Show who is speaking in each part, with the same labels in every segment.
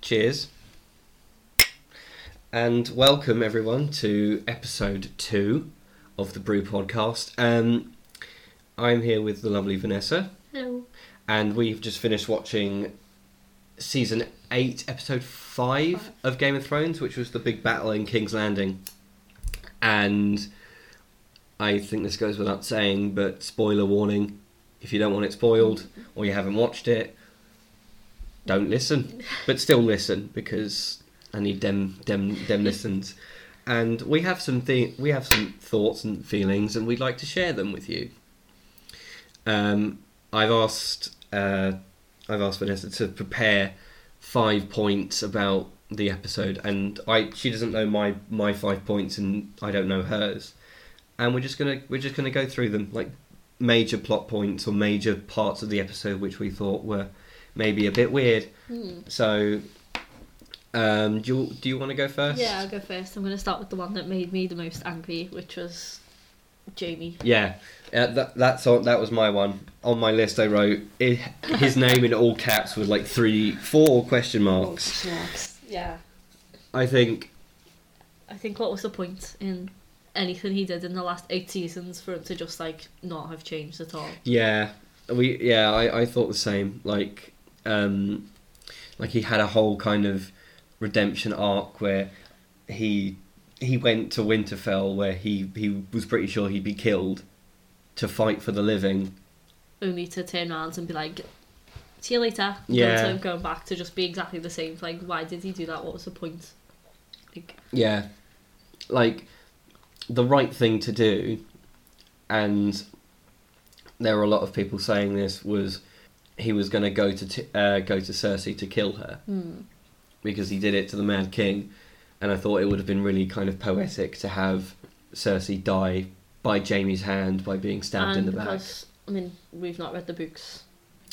Speaker 1: Cheers. And welcome everyone to episode two of the Brew Podcast. Um, I'm here with the lovely Vanessa,
Speaker 2: Hello.
Speaker 1: and we've just finished watching season eight, episode five of Game of Thrones, which was the big battle in King's Landing. And I think this goes without saying, but spoiler warning if you don't want it spoiled or you haven't watched it, don't listen. But still listen because I need them them them listens. And we have some th- we have some thoughts and feelings, and we'd like to share them with you. Um, I've asked uh, I've asked Vanessa to prepare five points about the episode, and I she doesn't know my my five points, and I don't know hers, and we're just gonna we're just gonna go through them like major plot points or major parts of the episode which we thought were maybe a bit weird.
Speaker 2: Hmm.
Speaker 1: So, um, do you, do you want to go first?
Speaker 2: Yeah, I'll go first. I'm going to start with the one that made me the most angry, which was Jamie.
Speaker 1: Yeah, uh, that that's on, that was my one on my list. I wrote i his name in all caps with like three, four question marks.
Speaker 2: Yeah.
Speaker 1: I think
Speaker 2: I think what was the point in anything he did in the last eight seasons for him to just like not have changed at all?
Speaker 1: yeah, we yeah I, I thought the same. Like um, like he had a whole kind of redemption arc where he he went to Winterfell where he he was pretty sure he'd be killed to fight for the living.
Speaker 2: Only to turn around and be like, "See you later."
Speaker 1: Yeah.
Speaker 2: And so going back to just be exactly the same. Like, why did he do that? What was the point? Like,
Speaker 1: Yeah. Like the right thing to do and there were a lot of people saying this was he was going to go to t- uh, go to Cersei to kill her
Speaker 2: hmm.
Speaker 1: because he did it to the Mad King and I thought it would have been really kind of poetic to have Cersei die by Jamie's hand by being stabbed in
Speaker 2: and
Speaker 1: the back.
Speaker 2: because I mean, we've not read the books.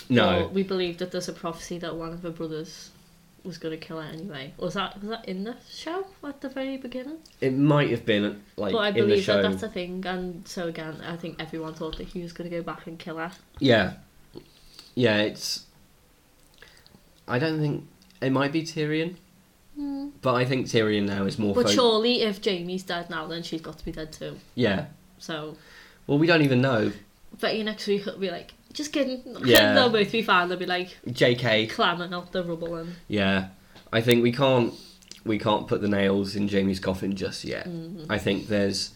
Speaker 2: Well,
Speaker 1: No.
Speaker 2: we believe that there's a prophecy that one of her brothers was going to kill her anyway. Was that was that in the show at the very beginning?
Speaker 1: It might have been like
Speaker 2: but I
Speaker 1: in the
Speaker 2: believe
Speaker 1: show.
Speaker 2: that that's a thing, and so again, I think everyone thought that he was going to go back and kill her.
Speaker 1: Yeah. Yeah, it's I don't think it might be Tyrion But I think Tyrion now is more.
Speaker 2: But
Speaker 1: fo-
Speaker 2: surely, if Jamie's dead now, then she's got to be dead too.
Speaker 1: Yeah.
Speaker 2: So,
Speaker 1: Well, we don't even know.
Speaker 2: bet you next week it'll be like, just kidding.
Speaker 1: Yeah.
Speaker 2: They'll both be fine. They'll be like
Speaker 1: J.K.
Speaker 2: clamming up the rubble and
Speaker 1: Yeah. I think we can't. We can't put the nails in Jamie's coffin just yet. I think there's.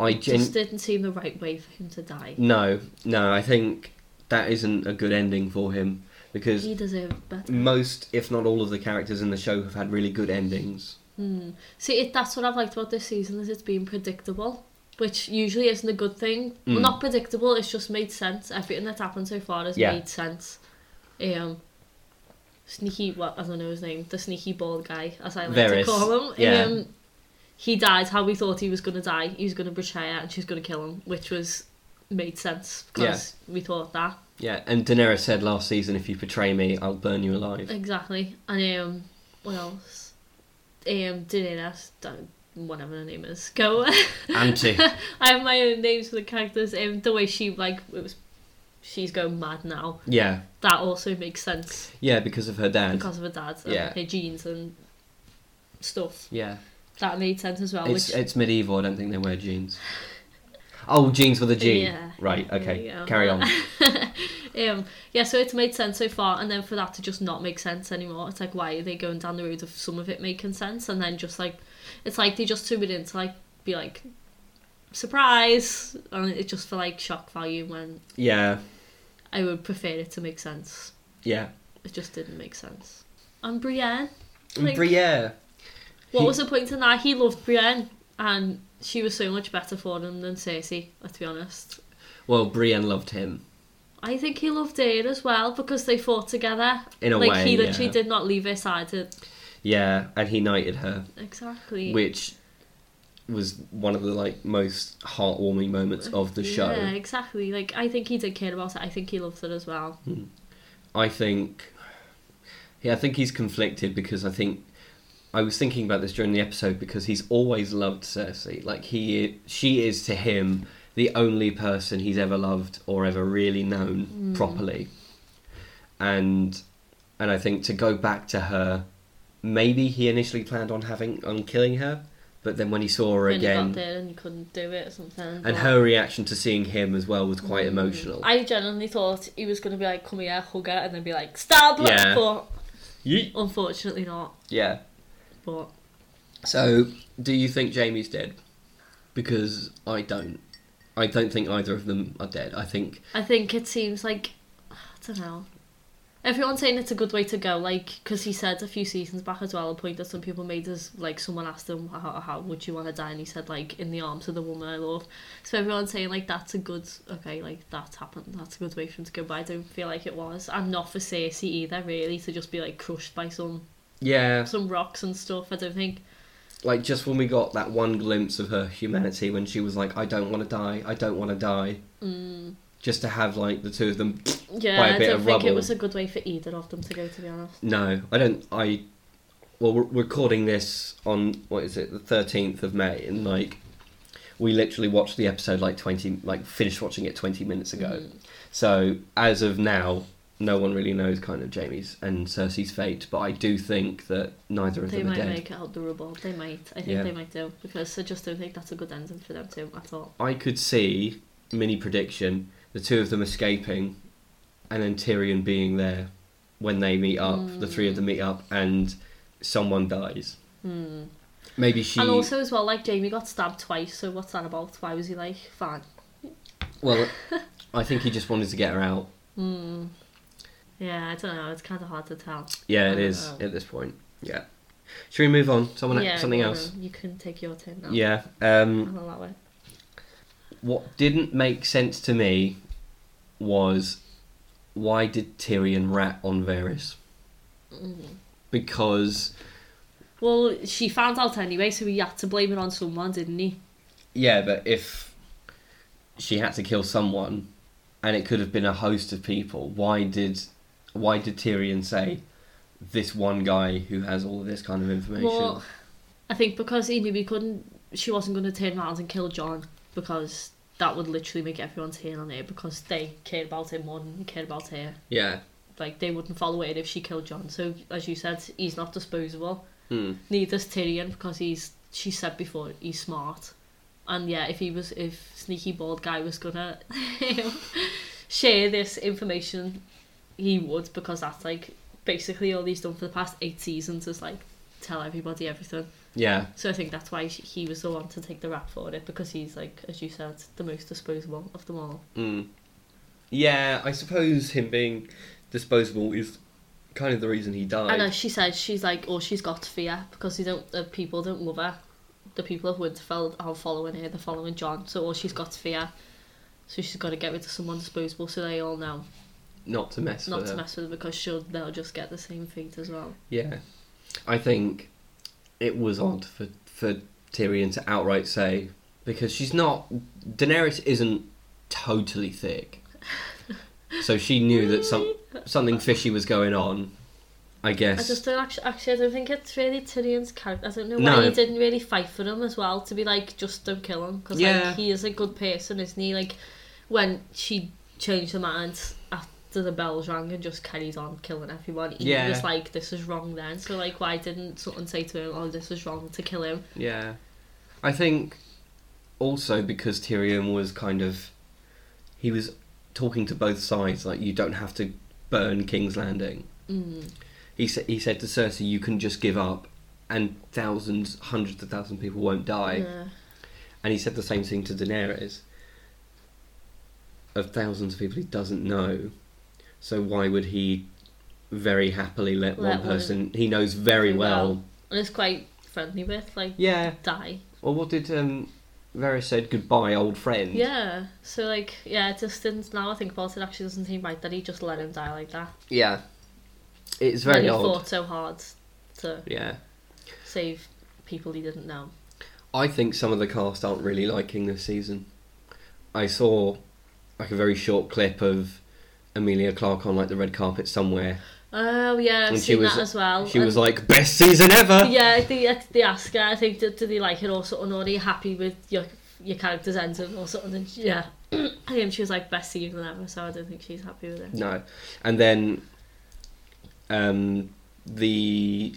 Speaker 1: I gen-
Speaker 2: Mm. just didn't seem the right way for him to die.
Speaker 1: no no. I think that isn't a good ending for him because
Speaker 2: He deserved better.
Speaker 1: most, if not all, of the characters in the show have had really good endings.
Speaker 2: Mm. See, it, that's what I've liked about this season is it's been predictable, which usually isn't a good thing. Well,
Speaker 1: Mm.
Speaker 2: not predictable. It's just made sense. Everything that's happened so far has
Speaker 1: Yeah.
Speaker 2: made sense. Um, sneaky. Well, I don't know his name. The sneaky bald guy, as I like
Speaker 1: Varys,
Speaker 2: to call him.
Speaker 1: yeah.
Speaker 2: Um, he died how we thought he was going to die. He was going to betray her, and she's going to kill him, which was made sense because we thought that
Speaker 1: Yeah, and Daenerys said last season, "If you betray me, I'll burn you
Speaker 2: Uh,
Speaker 1: alive."
Speaker 2: exactly. And um, what else? Um, Daenerys, don't- whatever her name is, go.
Speaker 1: Auntie.
Speaker 2: I have my own names for the characters, and the way she like it was, she's going mad now.
Speaker 1: Yeah,
Speaker 2: That also makes sense
Speaker 1: yeah, because of her dad.
Speaker 2: because of her dad and
Speaker 1: Yeah.
Speaker 2: her genes and stuff.
Speaker 1: Yeah.
Speaker 2: That made sense as well.
Speaker 1: It's
Speaker 2: Oh, which
Speaker 1: it's medieval. I don't think they wear jeans. Oh, jeans with a G.
Speaker 2: Yeah,
Speaker 1: right.
Speaker 2: there
Speaker 1: Okay.
Speaker 2: you go.
Speaker 1: Carry on.
Speaker 2: um, yeah, so it's made sense so far, and then for that to just not make sense anymore, it's like why are they going down the road of some of it making sense, and then just like it's like they just tune it in to like be like surprise, and it's just for like shock value when
Speaker 1: Yeah.
Speaker 2: I would prefer it to make sense.
Speaker 1: Yeah.
Speaker 2: It just didn't make sense. And Brienne,
Speaker 1: And
Speaker 2: Like-
Speaker 1: Briere.
Speaker 2: what
Speaker 1: He-
Speaker 2: was the point in that? He loved Brienne, and she was so much better for him than Cersei. Let's be honest.
Speaker 1: Well, Brienne loved him
Speaker 2: I think he loved her as well because they fought together.
Speaker 1: in a
Speaker 2: like
Speaker 1: way.
Speaker 2: he literally
Speaker 1: yeah.
Speaker 2: did not leave her side. At...
Speaker 1: Yeah, and he knighted her,
Speaker 2: Exactly.
Speaker 1: which was one of the like most heartwarming moments of the show.
Speaker 2: Yeah, exactly. Like I think he did care about it. I think he loved it as well.
Speaker 1: I think. Yeah, I think he's conflicted because I think I was thinking about this during the episode because he's always loved Cersei. Like he, she is to him the only person he's ever loved or ever really known properly, and and I think to go back to her maybe he initially planned on having on killing her, but then when he saw her
Speaker 2: when you got
Speaker 1: again,
Speaker 2: there and you couldn't do it or something.
Speaker 1: and her reaction to seeing him as well was quite emotional.
Speaker 2: I genuinely thought he was going to be like, come here, hug her, and then be like, stab!
Speaker 1: Yeah.
Speaker 2: But
Speaker 1: Yeet.
Speaker 2: unfortunately not.
Speaker 1: Yeah.
Speaker 2: But
Speaker 1: So, do you think Jamie's dead? Because I don't. I don't think either of them are dead. I think
Speaker 2: I think it seems like, I don't know. Everyone's saying it's a good way to go, like, because he said a few seasons back as well, a point that some people made is, like, someone asked him, how, how would you want to die? And he said, like, in the arms of the woman I love. So everyone's saying, like, that's a good, okay, like, that's happened, that's a good way for him to go, but I don't feel like it was. And not for Cersei either, really, to just be, like, crushed by some,
Speaker 1: yeah,
Speaker 2: some rocks and stuff. I don't think
Speaker 1: like just when we got that one glimpse of her humanity when she was like I don't want to die. I don't want to die. Just to have like the two of them
Speaker 2: Yeah,
Speaker 1: by a bit
Speaker 2: I don't
Speaker 1: of
Speaker 2: think it
Speaker 1: rubble.
Speaker 2: was a good way for either of them to go. To be honest,
Speaker 1: No, I don't. I well, we're we're recording this on what is it, the thirteenth of May, and like we literally watched the episode like twenty, like finished watching it twenty minutes ago.
Speaker 2: Mm-hmm.
Speaker 1: So as of now, no one really knows kind of Jamie's and Cersei's fate. But I do think that neither of
Speaker 2: they
Speaker 1: them are
Speaker 2: might
Speaker 1: dead.
Speaker 2: make it out the rubble. They might. I think
Speaker 1: Yeah.
Speaker 2: they might do because I just don't think that's a good ending for them too at all.
Speaker 1: I could see mini prediction: the two of them escaping, and then Tyrion being there when they meet up. The three of them meet up, and someone dies. Hmm. Maybe she.
Speaker 2: And also as well, like Jamie got stabbed twice. So what's that about? Why was he like fine?
Speaker 1: Well, I think he just wanted to get her out.
Speaker 2: Yeah, I don't know. It's kind of hard to tell.
Speaker 1: Yeah, it
Speaker 2: I don't
Speaker 1: is
Speaker 2: know.
Speaker 1: at this point. Yeah. Should we move on? Someone,
Speaker 2: Oh. yeah,
Speaker 1: something
Speaker 2: no, no,
Speaker 1: else.
Speaker 2: You can take your turn now.
Speaker 1: Yeah. Um,
Speaker 2: I'll allow it.
Speaker 1: what didn't make sense to me was why did Tyrion rat on Varys?
Speaker 2: Mm-hmm.
Speaker 1: Because
Speaker 2: Well, she found out anyway, so he had to blame it on someone, didn't he?
Speaker 1: yeah, but if she had to kill someone, and it could have been a host of people, why did why did Tyrion say this one guy who has all of this kind of information?
Speaker 2: Well, I think because he knew he couldn't, she wasn't going to turn around and kill John because that would literally make everyone turn on her because they cared about him more than he cared about her.
Speaker 1: yeah.
Speaker 2: Like they wouldn't follow it if she killed John. So as you said, he's not disposable.
Speaker 1: Hmm.
Speaker 2: Neither's Tyrion because he's. She said before he's smart, and yeah, if he was, if sneaky bald guy was gonna share this information, he would because that's like basically all he's done for the past eight seasons is like tell everybody everything.
Speaker 1: Yeah.
Speaker 2: So I think that's why she, he was the one to take the rap for it because he's like, as you said, the most disposable of them all.
Speaker 1: Mm. Yeah, I suppose him being disposable is kind of the reason he died.
Speaker 2: And as she said, she's like, oh, she's got fear because they don't, the people don't love her. The people of Winterfell are following her. They're following John. So oh, she's got fear. So she's got to get rid of someone disposable so they all know
Speaker 1: Not to mess
Speaker 2: not
Speaker 1: with
Speaker 2: to
Speaker 1: her.
Speaker 2: mess with her because she'll, they'll just get the same fate as well.
Speaker 1: Yeah. I think it was odd for, for Tyrion to outright say, because she's not. Daenerys isn't totally thick. so she knew that some something fishy was going on, I guess.
Speaker 2: I just don't actually, actually, I don't think it's really Tyrion's character. I don't know why
Speaker 1: No.
Speaker 2: he didn't really fight for him as well to be like, just don't kill him because
Speaker 1: Yeah.
Speaker 2: like he is a good person, isn't he? Like when she changed her mind after the bells rang and just carried on killing everyone, he
Speaker 1: Yeah.
Speaker 2: was like, this is wrong then. So like, why didn't someone say to him, oh, this is wrong to kill him?
Speaker 1: Yeah. I think also because Tyrion was kind of he was talking to both sides like you don't have to burn King's Landing.
Speaker 2: Mm.
Speaker 1: He said he said to Cersei you can just give up and thousands hundreds of thousands of people won't die
Speaker 2: Yeah.
Speaker 1: and he said the same thing to Daenerys of thousands of people he doesn't know. So why would he very happily let,
Speaker 2: Let
Speaker 1: one
Speaker 2: one-
Speaker 1: person he knows very
Speaker 2: very
Speaker 1: well.
Speaker 2: well. And it's quite friendly with like
Speaker 1: Yeah.
Speaker 2: die.
Speaker 1: Well, what did um, Varys said? Goodbye, old friend.
Speaker 2: Yeah. So like, yeah, it just didn't. Now I think about it, it actually doesn't seem right that he just let him die like that.
Speaker 1: Yeah. It's very
Speaker 2: and he
Speaker 1: odd.
Speaker 2: fought so hard to
Speaker 1: Yeah.
Speaker 2: save people he didn't know.
Speaker 1: I think some of the cast aren't really liking this season. I saw like a very short clip of Amelia Clark on like the red carpet somewhere.
Speaker 2: Oh yeah, I've
Speaker 1: And she
Speaker 2: seen
Speaker 1: was-
Speaker 2: that as well.
Speaker 1: She was
Speaker 2: Oh, And-
Speaker 1: like, "Best season ever."
Speaker 2: yeah, the the asker. I think did, did he like it or something? Or are you happy with your your character's ending or something? And she- yeah, I think she was like best season ever. So I don't think she's happy with it.
Speaker 1: No. And then um, the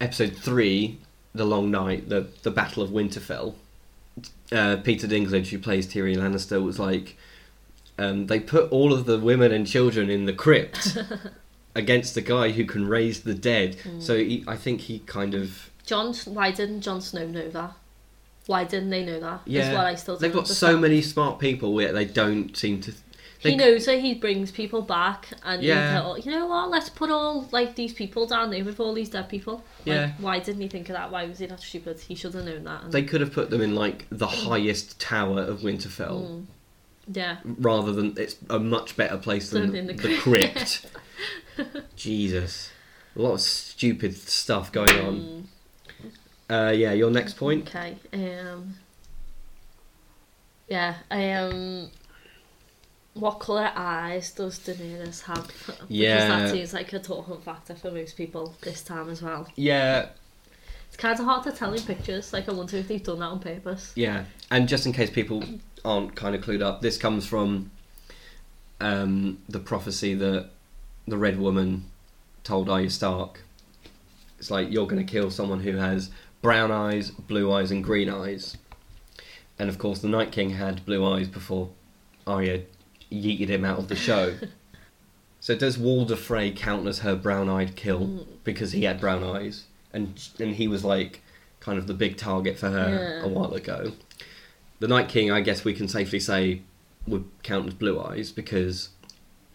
Speaker 1: episode three, the Long Night, the the Battle of Winterfell. Uh, Peter Dinklage, who plays Tyrion Lannister, was like, um, they put all of the women and children in the crypt against the guy who can raise the dead.
Speaker 2: Mm.
Speaker 1: So he, I think he kind of
Speaker 2: John, why didn't Jon Snow know that? Why didn't they know that? Is
Speaker 1: yeah.
Speaker 2: what I still
Speaker 1: they've
Speaker 2: don't
Speaker 1: got so
Speaker 2: understand.
Speaker 1: many smart people yet they don't seem to. They,
Speaker 2: he knows that he brings people back, and
Speaker 1: Yeah.
Speaker 2: yeah. you know what? Let's put all like these people down there with all these dead people. Like,
Speaker 1: Yeah.
Speaker 2: Why didn't he think of that? Why was he that stupid? He should have known that. And,
Speaker 1: They could have put them in like the
Speaker 2: Mm.
Speaker 1: highest tower of Winterfell.
Speaker 2: yeah.
Speaker 1: rather than it's a much better place than
Speaker 2: Than in
Speaker 1: the,
Speaker 2: the
Speaker 1: crypt. Jesus, a lot of stupid stuff going on.
Speaker 2: Mm,
Speaker 1: Uh, yeah, your next point.
Speaker 2: okay. Um. Yeah. Um. What colour eyes does Daenerys have?
Speaker 1: Yeah.
Speaker 2: Because that seems like a talking factor for most people this time as well.
Speaker 1: Yeah,
Speaker 2: It's kind of hard to tell in pictures. Like I wonder if they've done that on purpose.
Speaker 1: yeah. And just in case people aren't kind of clued up, this comes from um, the prophecy that the Red Woman told Arya Stark. It's like you're going to kill someone who has brown eyes, blue eyes, and green eyes. And of course, the Night King had blue eyes before Arya Oh, yeeted him out of the show. so does Walder Frey count as her brown-eyed kill because he had brown eyes and and he was like kind of the big target for her
Speaker 2: Yeah.
Speaker 1: a while ago. The Night King, I guess we can safely say, would count as blue eyes because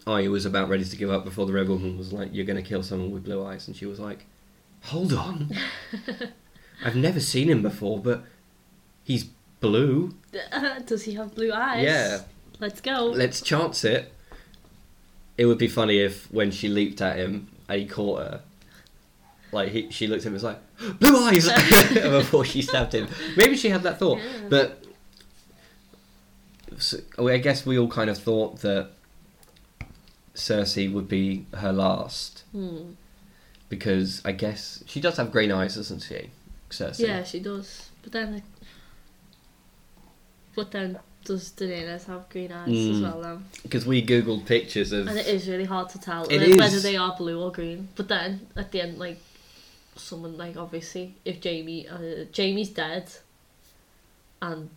Speaker 1: Arya was about ready to give up before the Red Woman was like, "You're going to kill someone with blue eyes," and she was like, "Hold on, I've never seen him before, but he's blue.
Speaker 2: Does he have blue eyes?
Speaker 1: Yeah.
Speaker 2: Let's go.
Speaker 1: Let's chance it." It would be funny if when she leaped at him and he caught her, like he, she looked at him and was like, "Blue eyes!" before she stabbed him. Maybe she had that thought,
Speaker 2: Yeah.
Speaker 1: but so, I guess we all kind of thought that Cersei would be her last.
Speaker 2: Hmm.
Speaker 1: because I guess she does have green eyes, doesn't she? Cersei.
Speaker 2: Yeah, she does. But then, but then does Daenerys have green eyes as
Speaker 1: Mm.
Speaker 2: well? Then,
Speaker 1: Because we googled pictures of.
Speaker 2: and it is really hard to tell
Speaker 1: It
Speaker 2: whe- whether
Speaker 1: is.
Speaker 2: they are blue or green. But then at the end, like someone like obviously if Jamie, uh, Jamie's dead, and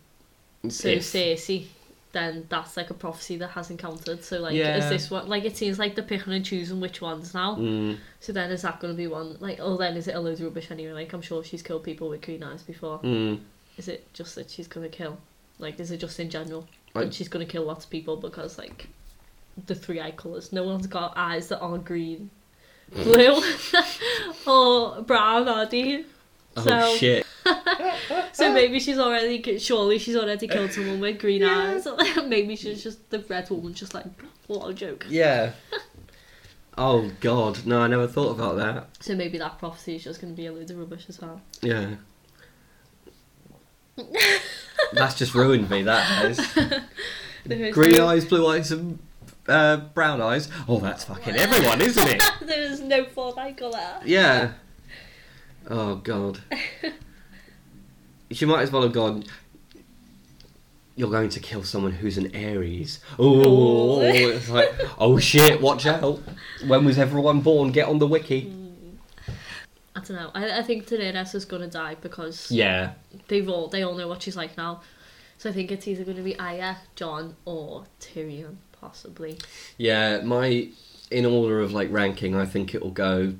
Speaker 2: so
Speaker 1: if-
Speaker 2: Cersei. Then that's like a prophecy that hasn't counted. So like,
Speaker 1: Yeah.
Speaker 2: is this one like it seems like they're picking and choosing which ones now?
Speaker 1: Mm,
Speaker 2: So then is that going to be one like oh then is it a load of rubbish anyway? Like I'm sure she's killed people with green eyes before.
Speaker 1: mm.
Speaker 2: Is it just that she's going to kill? Like is it just in general
Speaker 1: I-
Speaker 2: that she's going to kill lots of people because like the three eye colors? No one's got eyes that aren't green,
Speaker 1: Hmm.
Speaker 2: blue, or brown, are they?
Speaker 1: Oh
Speaker 2: So-
Speaker 1: shit.
Speaker 2: So maybe she's already ki- surely she's already killed someone with green
Speaker 1: Yeah.
Speaker 2: eyes. maybe she's just the red woman, just like what a joke.
Speaker 1: Yeah. Oh god, no, I never thought about that.
Speaker 2: So maybe that prophecy is just going to be a load of rubbish as well.
Speaker 1: Yeah. That's just ruined me, that has.
Speaker 2: There is
Speaker 1: Green
Speaker 2: no-
Speaker 1: eyes, blue eyes, and uh, brown eyes. Oh, that's fucking everyone, isn't it?
Speaker 2: there is no fourth eye color.
Speaker 1: Yeah. Oh god. she might as well have gone. You're going to kill someone who's an Aries. Oh,
Speaker 2: Oh.
Speaker 1: it's like, oh shit! Watch out. When was everyone born? Get on the wiki.
Speaker 2: I don't know. I, I think Daenerys is gonna die because
Speaker 1: Yeah.
Speaker 2: they've all they all know what she's like now. So I think it's either gonna be Arya, John, or Tyrion, possibly.
Speaker 1: Yeah. My in order of like ranking, I think it'll go.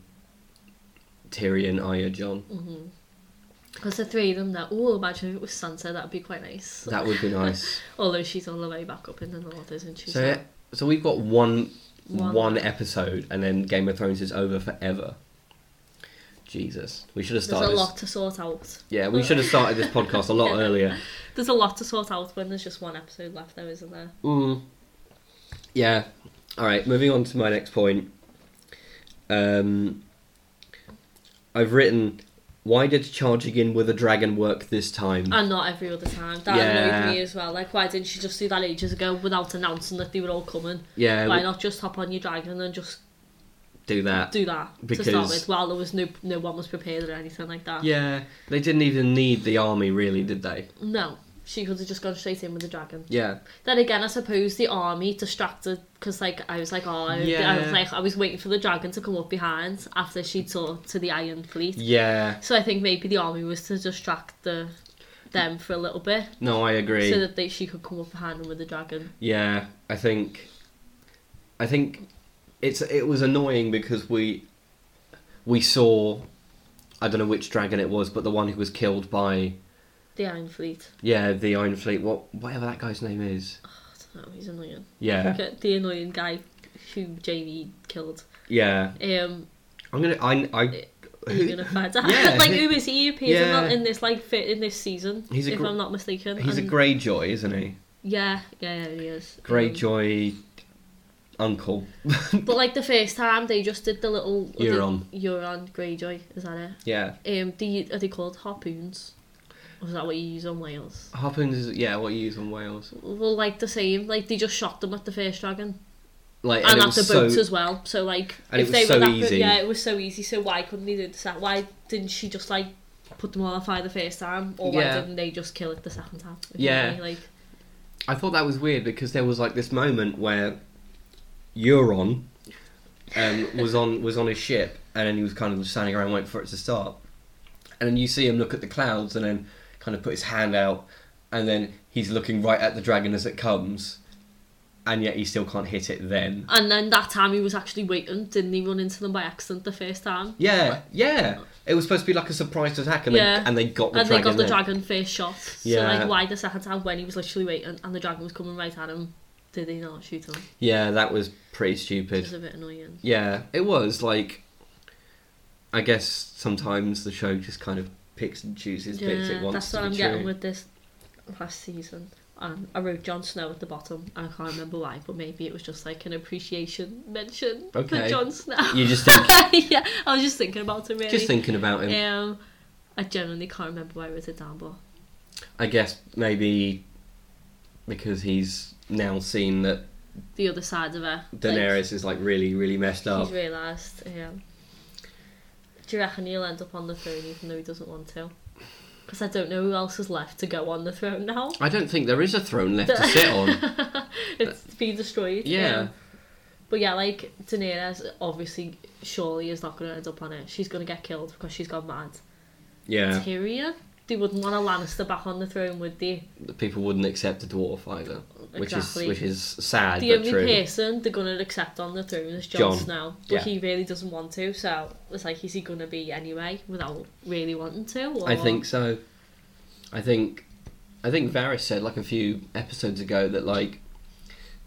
Speaker 1: Tyrion, Arya, John.
Speaker 2: Because the three of them that oh imagine if it was Sansa, that'd be quite nice.
Speaker 1: That would be nice.
Speaker 2: Although she's on the way back up in the north, isn't she?
Speaker 1: so, so we've got one, one
Speaker 2: One.
Speaker 1: episode, and then Game of Thrones is over forever. Jesus, we should have
Speaker 2: there's a
Speaker 1: started. this-
Speaker 2: lot to sort out.
Speaker 1: Yeah, we should have started this podcast a lot earlier.
Speaker 2: There's a lot to sort out when there's just one episode left though, isn't there?
Speaker 1: Mm. Yeah. All right. Moving on to my next point. Um, I've written. Why did charging in with a dragon work this time?
Speaker 2: And not every other time. That
Speaker 1: Mm. Yeah.
Speaker 2: annoyed me as well. Like why didn't she just do that ages ago without announcing that they were all coming?
Speaker 1: yeah,
Speaker 2: Why
Speaker 1: we-
Speaker 2: not just hop on your dragon and just
Speaker 1: do that.
Speaker 2: do that to
Speaker 1: Because-
Speaker 2: start with while there was no no one was prepared or anything like that.
Speaker 1: Yeah, they didn't even need the army, really, did they?
Speaker 2: No. She could have just gone straight in with the dragon.
Speaker 1: Yeah.
Speaker 2: Then again, I suppose the army distracted because, like, I was like, oh, I- I
Speaker 1: Yeah.
Speaker 2: was like, I was waiting for the dragon to come up behind after she talked to the Iron Fleet.
Speaker 1: Yeah.
Speaker 2: So I think maybe the army was to distract the them for a little bit
Speaker 1: No, I agree.
Speaker 2: so that they, she could come up behind them with the dragon.
Speaker 1: Yeah, I think, I think, it's it was annoying because we, we saw, I don't know which dragon it was, but the one who was killed by
Speaker 2: The Iron Fleet.
Speaker 1: yeah the Iron Fleet, what whatever that guy's name is.
Speaker 2: I don't know, he's annoying.
Speaker 1: Yeah,
Speaker 2: Look at the annoying guy who Jamie killed.
Speaker 1: yeah.
Speaker 2: Um,
Speaker 1: I'm gonna I I.
Speaker 2: are you gonna find out?
Speaker 1: Yeah,
Speaker 2: like,
Speaker 1: he-
Speaker 2: who is he? He appears in,
Speaker 1: yeah.
Speaker 2: that- in this like fit in this season,
Speaker 1: He's a
Speaker 2: if
Speaker 1: gr-
Speaker 2: I'm not mistaken.
Speaker 1: He's a
Speaker 2: and-
Speaker 1: Greyjoy, isn't he?
Speaker 2: Yeah, yeah, yeah, he is. Um,
Speaker 1: Greyjoy uncle.
Speaker 2: But like the first time, they just did the little
Speaker 1: Euron.
Speaker 2: the- Euron Greyjoy, is that
Speaker 1: Yeah,
Speaker 2: it? Um, the are they called harpoons? Or is that what you use on Wales?
Speaker 1: harpoons is yeah what you use on Wales.
Speaker 2: Well, like the same, like they just shot them at the first dragon
Speaker 1: Like
Speaker 2: and,
Speaker 1: it
Speaker 2: at
Speaker 1: was
Speaker 2: the
Speaker 1: so-
Speaker 2: boats as well. So like,
Speaker 1: And it
Speaker 2: if
Speaker 1: was
Speaker 2: they
Speaker 1: so
Speaker 2: were that,
Speaker 1: easy.
Speaker 2: yeah, it was so easy. So why couldn't they do this? Why didn't she just like put them all on fire the first time, or
Speaker 1: Yeah.
Speaker 2: why didn't they just kill it the second time? If
Speaker 1: Yeah.
Speaker 2: you know what I mean, like
Speaker 1: I thought that was weird because there was like this moment where Euron um, was on was on his ship and then he was kind of just standing around waiting for it to start, and then you see him look at the clouds and then kind of put his hand out, and then he's looking right at the dragon as it comes, and yet he still can't hit it. Then
Speaker 2: and then that time he was actually waiting, didn't he? Run into them by accident the first time,
Speaker 1: yeah, yeah, it was supposed to be like a surprise attack, and
Speaker 2: Yeah.
Speaker 1: they and they got the
Speaker 2: and they
Speaker 1: dragon.
Speaker 2: got the
Speaker 1: then.
Speaker 2: dragon first shot. So
Speaker 1: Yeah.
Speaker 2: like, why the second time when he was literally waiting and the dragon was coming right at him? Did they not shoot him?
Speaker 1: Yeah, that was pretty
Speaker 2: Which
Speaker 1: stupid.
Speaker 2: is a bit annoying.
Speaker 1: Yeah, it was like. I guess sometimes the show just kind of picks and chooses bits it wants
Speaker 2: that's
Speaker 1: to
Speaker 2: what
Speaker 1: be
Speaker 2: I'm
Speaker 1: true.
Speaker 2: getting with this last season. Um, I wrote Jon Snow at the bottom. I can't remember why, but maybe it was just like an appreciation mention
Speaker 1: Okay.
Speaker 2: for Jon Snow.
Speaker 1: You just think,
Speaker 2: yeah, I was just thinking about it really.
Speaker 1: just thinking about him.
Speaker 2: Um, I genuinely can't remember why I wrote it down, but
Speaker 1: I guess maybe because he's now seen that
Speaker 2: the other side of her.
Speaker 1: Daenerys is like really, really messed
Speaker 2: Like,
Speaker 1: up.
Speaker 2: he's realised. Um, do you reckon he'll end up on the throne even though he doesn't want to? Because I don't know who else is left to go on the throne now.
Speaker 1: I don't think there is a throne left to sit on.
Speaker 2: it's been destroyed.
Speaker 1: Yeah.
Speaker 2: um, but yeah, like Daenerys obviously surely is not going to end up on it. She's going to get killed because she's gone mad.
Speaker 1: Yeah,
Speaker 2: Tyrion, they wouldn't want a Lannister back on the throne, would they?
Speaker 1: the people wouldn't accept a dwarf either, which is
Speaker 2: Exactly.
Speaker 1: which is sad
Speaker 2: The
Speaker 1: but
Speaker 2: only
Speaker 1: true.
Speaker 2: person they're going to accept on the throne is Jon
Speaker 1: Jon,
Speaker 2: Snow, but
Speaker 1: yeah.
Speaker 2: he really doesn't want to. So it's like, is he going to be anyway without really wanting to? Or...
Speaker 1: I think so. I think, I think Varys said like a few episodes ago that like,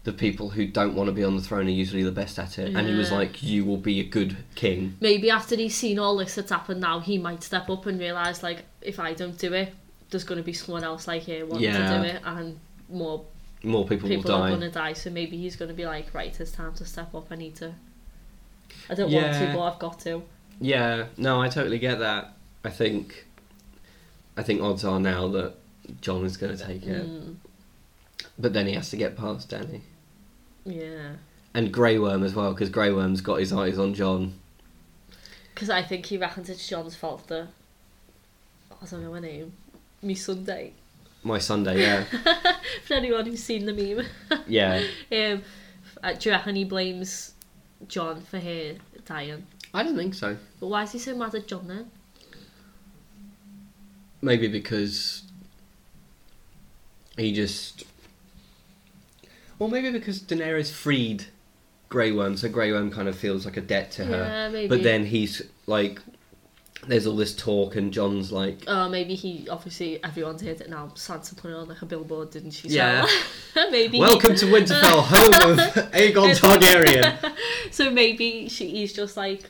Speaker 1: the people who don't want to be on the throne are usually the best at it, and he was
Speaker 2: Yeah.
Speaker 1: like, "You will be a good king."
Speaker 2: maybe after he's seen all this that's happened now, he might step up and realise, like, if I don't do it, there's going to be someone else like here wanting
Speaker 1: Yeah.
Speaker 2: to do it, and more
Speaker 1: More people,
Speaker 2: people
Speaker 1: will
Speaker 2: are
Speaker 1: die.
Speaker 2: going to die. So maybe he's going to be like, right, it's time to step up. I need to. I don't want
Speaker 1: Yeah.
Speaker 2: to, but I've got to.
Speaker 1: Yeah, no, I totally get that. I think, I think odds are now that John is going to take it,
Speaker 2: Mm,
Speaker 1: but then he has to get past Danny
Speaker 2: yeah.
Speaker 1: and Grey Worm as well, because Grey Worm's got his eyes on John.
Speaker 2: Because I think he reckons it's John's fault that. I don't know her name. Me Sunday.
Speaker 1: My Sunday, yeah,
Speaker 2: For anyone who's seen the meme.
Speaker 1: yeah.
Speaker 2: Um, uh, do you reckon he blames John for her dying?
Speaker 1: I don't think so.
Speaker 2: But why is he so mad at John then?
Speaker 1: Maybe because he just. Or maybe because Daenerys freed Grey Worm, so Grey Worm kind of feels like a debt to her.
Speaker 2: Yeah, maybe.
Speaker 1: But then he's like, there's all this talk, and John's like,
Speaker 2: Oh, maybe he obviously everyone's heard it now. Sansa put it on like a billboard, didn't she? So-
Speaker 1: Yeah.
Speaker 2: maybe. he-
Speaker 1: "Welcome to Winterfell, home of Aegon Targaryen."
Speaker 2: So maybe she, he's just like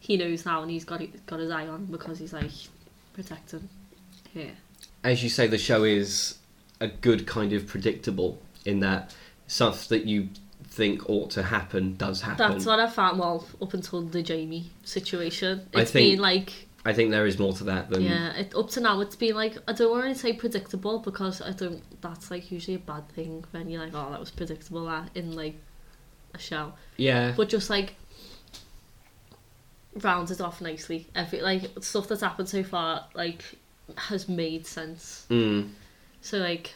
Speaker 2: he knows now, and he's got got his eye on because he's like protecting her.
Speaker 1: As you say, the show is a good kind of predictable in that stuff that you think ought to happen does happen.
Speaker 2: That's what I found. Well, up until the Jamie situation,
Speaker 1: I
Speaker 2: it's
Speaker 1: think-
Speaker 2: been like
Speaker 1: I think there is more to that than
Speaker 2: yeah. It, up to now, it's been like I don't want to say predictable because I don't. That's like usually a bad thing when you're like, oh, that was predictable uh, in like a show.
Speaker 1: yeah.
Speaker 2: but just like rounded off nicely. Every like stuff that's happened so far like has made sense.
Speaker 1: Mm.
Speaker 2: So like,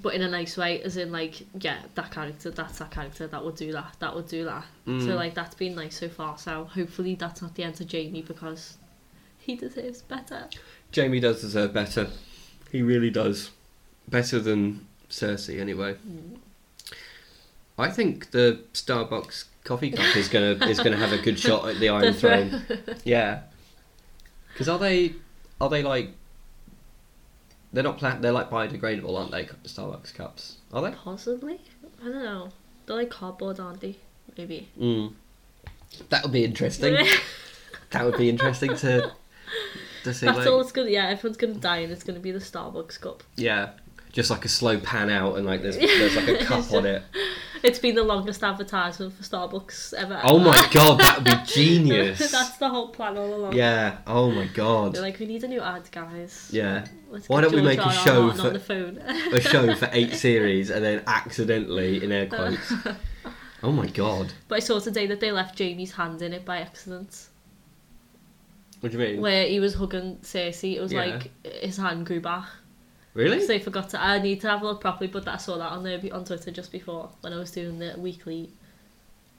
Speaker 2: but in a nice way, as in like, yeah, that character, that's that character, that would do that, that would do that.
Speaker 1: Hmm.
Speaker 2: So like, that's been nice so far. So hopefully that's not the end of Jamie because he deserves better.
Speaker 1: Jamie does deserve better. He really does. Better than Cersei, anyway. I think the Starbucks coffee cup is gonna is gonna have a good shot at the Iron
Speaker 2: That's right.
Speaker 1: Throne. Yeah. Because are they are they like they're not pla- they're like biodegradable, aren't they? Starbucks cups are they?
Speaker 2: Possibly, I don't know. They're like cardboard, aren't they? Maybe.
Speaker 1: Mm. That would be interesting. that would be interesting to to see.
Speaker 2: That's
Speaker 1: like,
Speaker 2: all it's gonna. Yeah, everyone's gonna die, and it's gonna be the Starbucks cup.
Speaker 1: Yeah, just like a slow pan out, and like there's there's like a cup on it.
Speaker 2: It's been the longest advertisement for Starbucks ever.
Speaker 1: Oh my god, that would be genius.
Speaker 2: That's the whole plan all along.
Speaker 1: Yeah. Oh my god.
Speaker 2: They're like, we need a new ad, guys.
Speaker 1: Yeah.
Speaker 2: Let's
Speaker 1: Why
Speaker 2: get
Speaker 1: don't we
Speaker 2: George
Speaker 1: make a
Speaker 2: R. R.
Speaker 1: show
Speaker 2: Martin
Speaker 1: for-
Speaker 2: on the phone?
Speaker 1: A show for eight series, and then accidentally, in
Speaker 2: Uh.
Speaker 1: air quotes. Oh my god.
Speaker 2: but I saw today that they left Jamie's hand in it by accident,
Speaker 1: What do you mean?
Speaker 2: where he was hugging Cersei. It was
Speaker 1: Yeah.
Speaker 2: like his hand grew back. So
Speaker 1: really?
Speaker 2: they forgot to. I need to have a look properly, but I saw that on there on Twitter just before when I was doing the weekly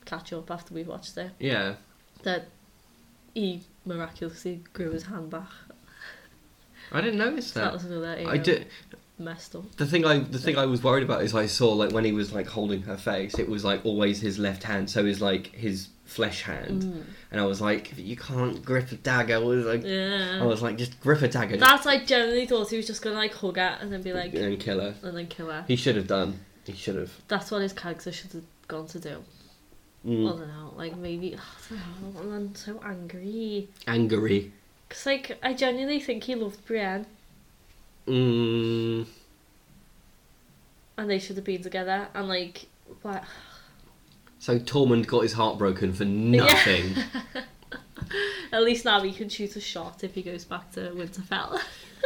Speaker 2: catch up after we watched it.
Speaker 1: Yeah.
Speaker 2: That he miraculously grew his hand back.
Speaker 1: I didn't notice
Speaker 2: So that
Speaker 1: that.
Speaker 2: was another you
Speaker 1: I
Speaker 2: know,
Speaker 1: did.
Speaker 2: messed up.
Speaker 1: The thing I the thing I was worried about is I saw like when he was like holding her face, it was like always his left hand, so it was like his flesh hand,
Speaker 2: Mm.
Speaker 1: and I was like, you can't grip a dagger. I was like,
Speaker 2: Yeah.
Speaker 1: I was like, just grip a dagger
Speaker 2: That's like generally thought he was just gonna like hug her and then be like
Speaker 1: and kill her.
Speaker 2: and then kill her.
Speaker 1: He should have done. He should have.
Speaker 2: That's what his character should have gone to do. I
Speaker 1: Mm.
Speaker 2: don't know, like maybe I don't know, and I'm so angry.
Speaker 1: Angry.
Speaker 2: Cause like I genuinely think he loved Brienne
Speaker 1: Mm.
Speaker 2: and they should have been together and like what
Speaker 1: So Tormund got his heart broken for nothing.
Speaker 2: at least now he can shoot a shot if he goes back to Winterfell.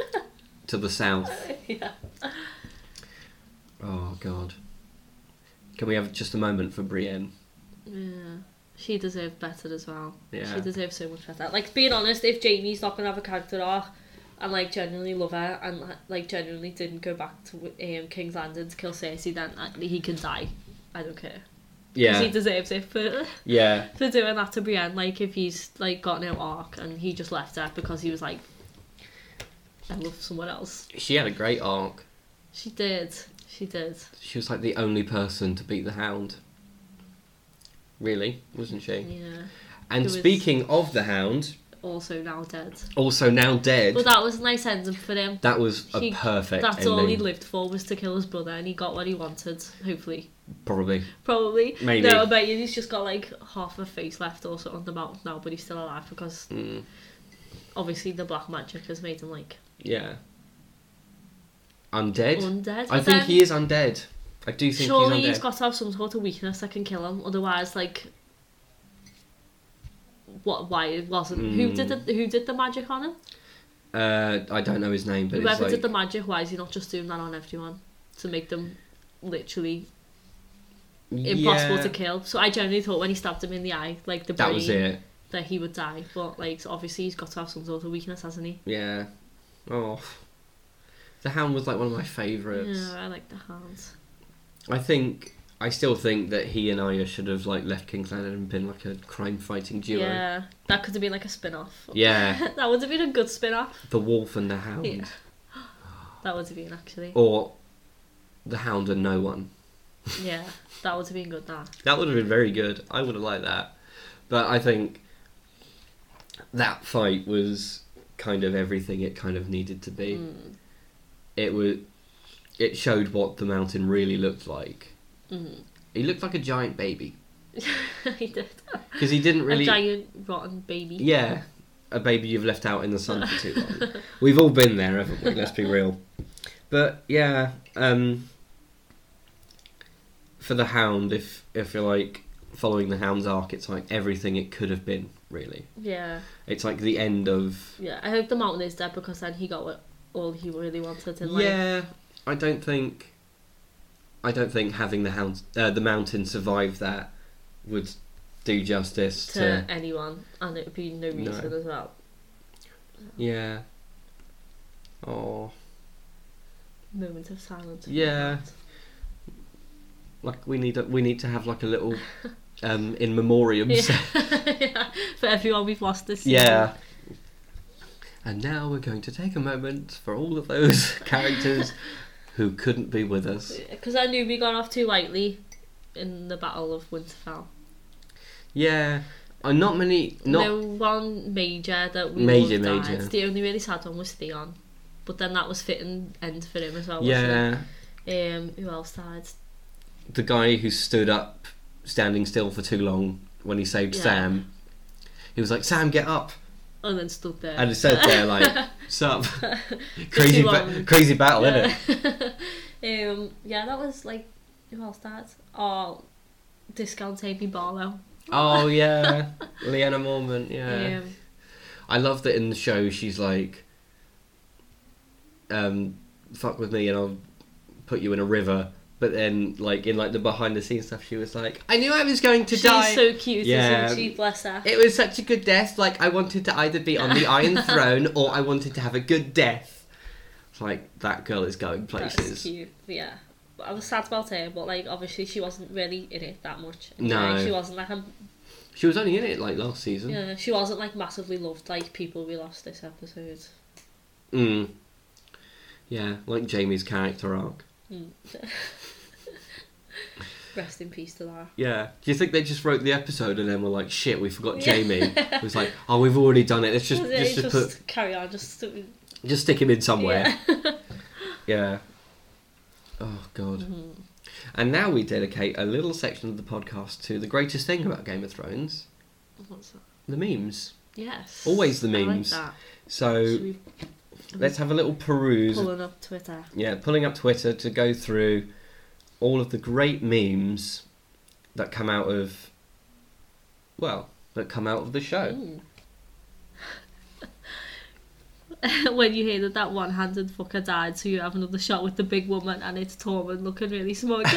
Speaker 1: to the south.
Speaker 2: yeah.
Speaker 1: Oh God. Can we have just a moment for Brienne?
Speaker 2: Yeah. She deserved better as well.
Speaker 1: Yeah.
Speaker 2: She deserves so much better. Like being honest, if Jamie's not gonna have a character arc, and like genuinely love her, and like genuinely didn't go back to um, King's Landing to kill Cersei, then uh, he can die. I don't care. 'Cause He
Speaker 1: Yeah.
Speaker 2: deserves it for
Speaker 1: Yeah.
Speaker 2: for doing that to Brienne. Like if he's like got no arc and he just left her because he was like, I love someone else.
Speaker 1: She had a great arc.
Speaker 2: She did. She did.
Speaker 1: She was like the only person to beat the Hound. Really, wasn't she?
Speaker 2: Yeah.
Speaker 1: And
Speaker 2: It was-
Speaker 1: speaking of the Hound,
Speaker 2: Also now dead.
Speaker 1: also now dead,
Speaker 2: But that was a nice ending for him.
Speaker 1: that was a
Speaker 2: He-
Speaker 1: perfect
Speaker 2: That's
Speaker 1: ending.
Speaker 2: all he lived for was to kill his brother, and he got what he wanted. Hopefully,
Speaker 1: Probably.
Speaker 2: probably.
Speaker 1: Maybe.
Speaker 2: No, I bet you he's just got like half a face left or something on the mountain now, but he's still alive because
Speaker 1: Mm,
Speaker 2: obviously the black magic has made him like
Speaker 1: yeah. Undead.
Speaker 2: undead.
Speaker 1: I
Speaker 2: But
Speaker 1: think
Speaker 2: then
Speaker 1: he is undead. I do think
Speaker 2: Surely
Speaker 1: he's undead.
Speaker 2: he's got to have some sort of weakness that can kill him. Otherwise, like, what? Why it wasn't?
Speaker 1: Hmm.
Speaker 2: Who did the Who did the magic on him?
Speaker 1: Uh, I don't know his name, but it's
Speaker 2: Whoever
Speaker 1: like
Speaker 2: did the magic. Why is he not just doing that on everyone to make them literally impossible
Speaker 1: yeah,
Speaker 2: to kill. So I generally thought when he stabbed him in the eye, like the
Speaker 1: That
Speaker 2: brain,
Speaker 1: was it.
Speaker 2: that he would die. But like obviously he's got to have some sort of weakness, hasn't he?
Speaker 1: Yeah. Oh. The Hound was like one of my favourites.
Speaker 2: Yeah, I like the hands.
Speaker 1: I think I still think that he and Arya should have like left King's Landing and been like a crime fighting duo.
Speaker 2: Yeah, that could have been like a spin off.
Speaker 1: Yeah,
Speaker 2: that would have been a good spin off.
Speaker 1: the wolf and the hound,
Speaker 2: Yeah. That would have been actually.
Speaker 1: or the hound and no one.
Speaker 2: Yeah, that would have been good. That.
Speaker 1: That would have been very good. I would have liked that, but I think that fight was kind of everything it kind of needed to be.
Speaker 2: Mm.
Speaker 1: It was, it showed what the mountain really looked like.
Speaker 2: Mm.
Speaker 1: He looked like a giant baby
Speaker 2: he did.
Speaker 1: because he didn't really.
Speaker 2: A giant rotten baby.
Speaker 1: Yeah, a baby you've left out in the sun for too long. We've all been there, haven't we? Let's be real. But yeah, um, for the hound, if if you're like following the hound's arc, it's like everything it could have been. Really,
Speaker 2: Yeah.
Speaker 1: it's like the end of.
Speaker 2: Yeah. I hope the mountain is dead because then he got what all he really wanted in life.
Speaker 1: Yeah, I don't think. I don't think having the hound, uh, the mountain survive that would do justice
Speaker 2: to
Speaker 1: to.
Speaker 2: anyone, and it would be no
Speaker 1: No.
Speaker 2: reason as well.
Speaker 1: Yeah. Oh.
Speaker 2: moment of silence.
Speaker 1: Yeah. Like we need a, we need to have like a little um in memoriam.
Speaker 2: Yeah.
Speaker 1: se-
Speaker 2: yeah. For everyone we've lost this season.
Speaker 1: yeah. And now we're going to take a moment for all of those characters who couldn't be with us.
Speaker 2: Because I knew we got off too lightly in the Battle of Winterfell.
Speaker 1: Yeah, and not many. Not
Speaker 2: No one major that we
Speaker 1: Major,
Speaker 2: all died.
Speaker 1: major.
Speaker 2: The only really sad one was Theon. But then that was fitting end for him as well, wasn't
Speaker 1: yeah,
Speaker 2: it? Um, who else died?
Speaker 1: the guy who stood up, standing still for too long when he saved
Speaker 2: Yeah.
Speaker 1: Sam. He was like, "Sam, get up!"
Speaker 2: And then stood there.
Speaker 1: And it said there like, "Sup?" crazy,
Speaker 2: too
Speaker 1: ba-
Speaker 2: long.
Speaker 1: crazy battle, innit?
Speaker 2: yeah. um, yeah, that was like who else died? Oh, discount Amy Barlow.
Speaker 1: Oh yeah, Leanna Mormont. Yeah,
Speaker 2: Um,
Speaker 1: I love that in the show. She's like, um, "Fuck with me, and I'll put you in a river." But then, like in like the behind the scenes stuff, she was like, "I knew I was going to
Speaker 2: she's
Speaker 1: die."
Speaker 2: so cute,
Speaker 1: Yeah.
Speaker 2: isn't she? Bless her.
Speaker 1: It was such a good death. Like I wanted to either be on the Iron Throne or I wanted to have a good death. It's like that girl is going
Speaker 2: That's
Speaker 1: places.
Speaker 2: cute. Yeah. But I was sad about her, but like obviously she wasn't really in it that much.
Speaker 1: No. Mm.
Speaker 2: Like, she wasn't like a,
Speaker 1: She was only in it like last season.
Speaker 2: yeah, she wasn't like massively loved like people we lost this episode.
Speaker 1: Mm. Yeah, like Jamie's character arc.
Speaker 2: Hmm. Rest in peace to that.
Speaker 1: Yeah. Do you think they just wrote the episode and then were like, "Shit, we forgot Jamie"? It was like, "Oh, we've already done it. Let's just
Speaker 2: Yeah,
Speaker 1: just,
Speaker 2: just
Speaker 1: just put
Speaker 2: carry on, just
Speaker 1: just stick him in somewhere."
Speaker 2: yeah.
Speaker 1: Yeah. Oh god.
Speaker 2: Hmm.
Speaker 1: And now we dedicate a little section of the podcast to the greatest thing about Game of Thrones:
Speaker 2: What's that?
Speaker 1: the memes.
Speaker 2: Yes.
Speaker 1: Always the memes.
Speaker 2: I like that.
Speaker 1: So
Speaker 2: Should we
Speaker 1: let's have a little peruse.
Speaker 2: pulling up Twitter.
Speaker 1: Yeah, pulling up Twitter to go through all of the great memes that come out of, well, that come out of the show.
Speaker 2: Hmm. when you hear that that one-handed fucker died, so you have another shot with the big woman, and it's Tormund looking really smug. so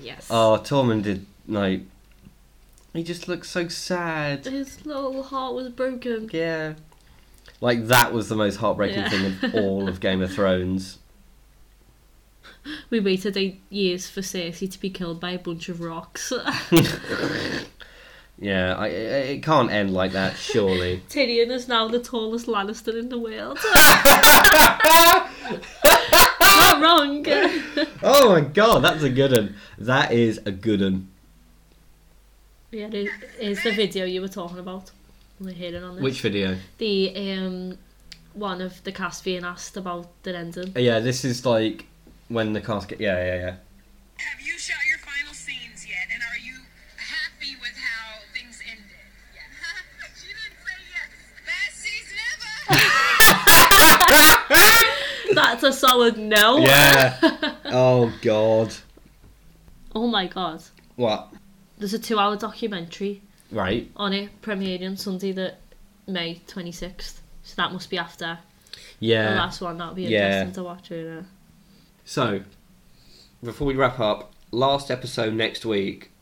Speaker 2: yes,
Speaker 1: Oh, Tormund did like. He just looks so sad.
Speaker 2: his little heart was broken.
Speaker 1: Yeah. Like that was the most heartbreaking
Speaker 2: Yeah.
Speaker 1: thing of all of Game of Thrones.
Speaker 2: We waited eight years for Cersei to be killed by a bunch of rocks.
Speaker 1: Yeah, I, I- it can't end like that, surely.
Speaker 2: Tyrion is now the tallest Lannister in the world. Not wrong.
Speaker 1: oh my god, that's a good one. That is a good one.
Speaker 2: yeah, it is- it's the video you were talking about. We're hearing on this.
Speaker 1: Which video?
Speaker 2: the um one of the cast being asked about the ending.
Speaker 1: Yeah, this is like when the cast get. Yeah, yeah, yeah.
Speaker 3: Have you shot your final scenes yet? And are you happy with how things ended? Yeah. she didn't say yes. Bad season ever.
Speaker 2: That's a solid no.
Speaker 1: Yeah. oh God.
Speaker 2: Oh my god.
Speaker 1: What?
Speaker 2: There's a two hour documentary
Speaker 1: Right.
Speaker 2: on it premiering Sunday the May twenty sixth. So that must be after the
Speaker 1: Yeah.
Speaker 2: last one. That'll be
Speaker 1: Yeah.
Speaker 2: interesting to watch really.
Speaker 1: So, before we wrap up, last episode next week.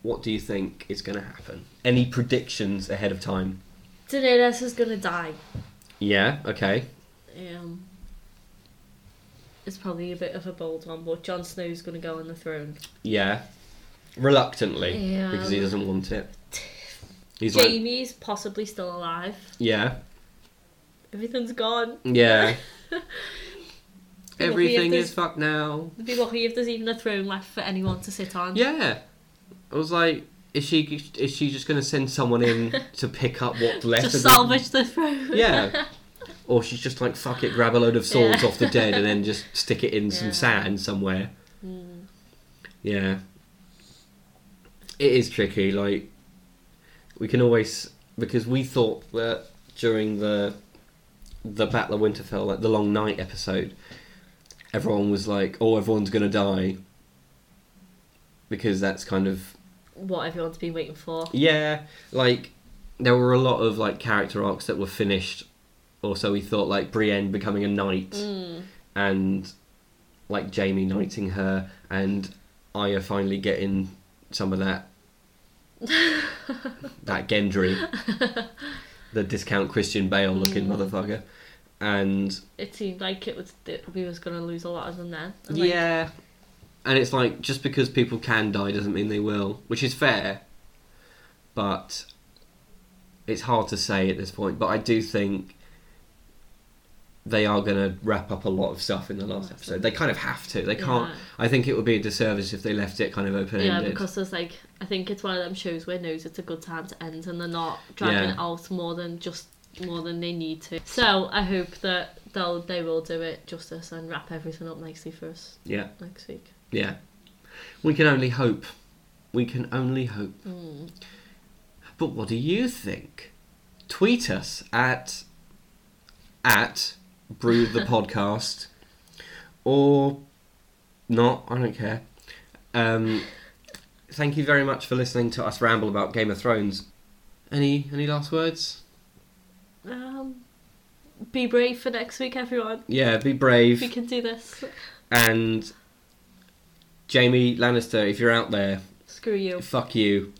Speaker 1: What do you think is going to happen? Any predictions ahead of time?
Speaker 2: Daenerys is gonna die.
Speaker 1: Yeah. Okay.
Speaker 2: Um it's probably a bit of a bold one, but Jon Snow's gonna go on the throne.
Speaker 1: Yeah. Reluctantly,
Speaker 2: Yeah.
Speaker 1: because he doesn't want it. He's like,
Speaker 2: Jamie's possibly still alive.
Speaker 1: yeah,
Speaker 2: Everything's gone.
Speaker 1: yeah.
Speaker 2: if
Speaker 1: Everything
Speaker 2: there's-
Speaker 1: is fucked now.
Speaker 2: It'd be lucky if there's even a throne left for anyone to sit on.
Speaker 1: Yeah. I was like, is she is she just going to send someone in to pick up what's left?
Speaker 2: Just
Speaker 1: of the-
Speaker 2: salvage the throne.
Speaker 1: Yeah. Or she's just like, fuck it, grab a load of swords
Speaker 2: Yeah.
Speaker 1: off the dead and then just stick it in some
Speaker 2: Yeah. Hmm.
Speaker 1: sand somewhere. Yeah. It is tricky. Like, we can always. Because we thought that during the the Battle of Winterfell, like the Long Night episode, everyone was like, oh, everyone's going to die. Because that's kind of
Speaker 2: What everyone's been waiting for.
Speaker 1: yeah, like there were a lot of like character arcs that were finished, or so we thought, like Brienne becoming a knight, and like Jamie knighting her, and Arya finally getting some of that that Gendry, the discount Christian Bale looking motherfucker, and
Speaker 2: It seemed like it was that we was gonna lose a lot of them then. And, like,
Speaker 1: yeah, and it's like just because people can die doesn't mean they will, which is fair, but it's hard to say at this point. But I do think they are going to wrap up a lot of stuff in the last episode. They kind of have to. They can't.
Speaker 2: Yeah.
Speaker 1: I think it would be a disservice if they left it kind of open
Speaker 2: Yeah,
Speaker 1: ended.
Speaker 2: because there's like I think it's one of them shows where it knows it's a good time to end and they're not dragging
Speaker 1: Yeah.
Speaker 2: it out more than just more than they need to. So I hope that they'll they will do it justice and wrap everything up nicely for us
Speaker 1: yeah,
Speaker 2: next week.
Speaker 1: yeah. We can only hope. We can only hope. But what do you think? Tweet us at at brew the podcast or not. I don't care. Um, thank you very much for listening to us ramble about Game of Thrones. Any any last words?
Speaker 2: Um, be brave for next week, everyone.
Speaker 1: Yeah, be brave.
Speaker 2: We can do this.
Speaker 1: And Jamie Lannister, if you're out there,
Speaker 2: Screw you.
Speaker 1: fuck you.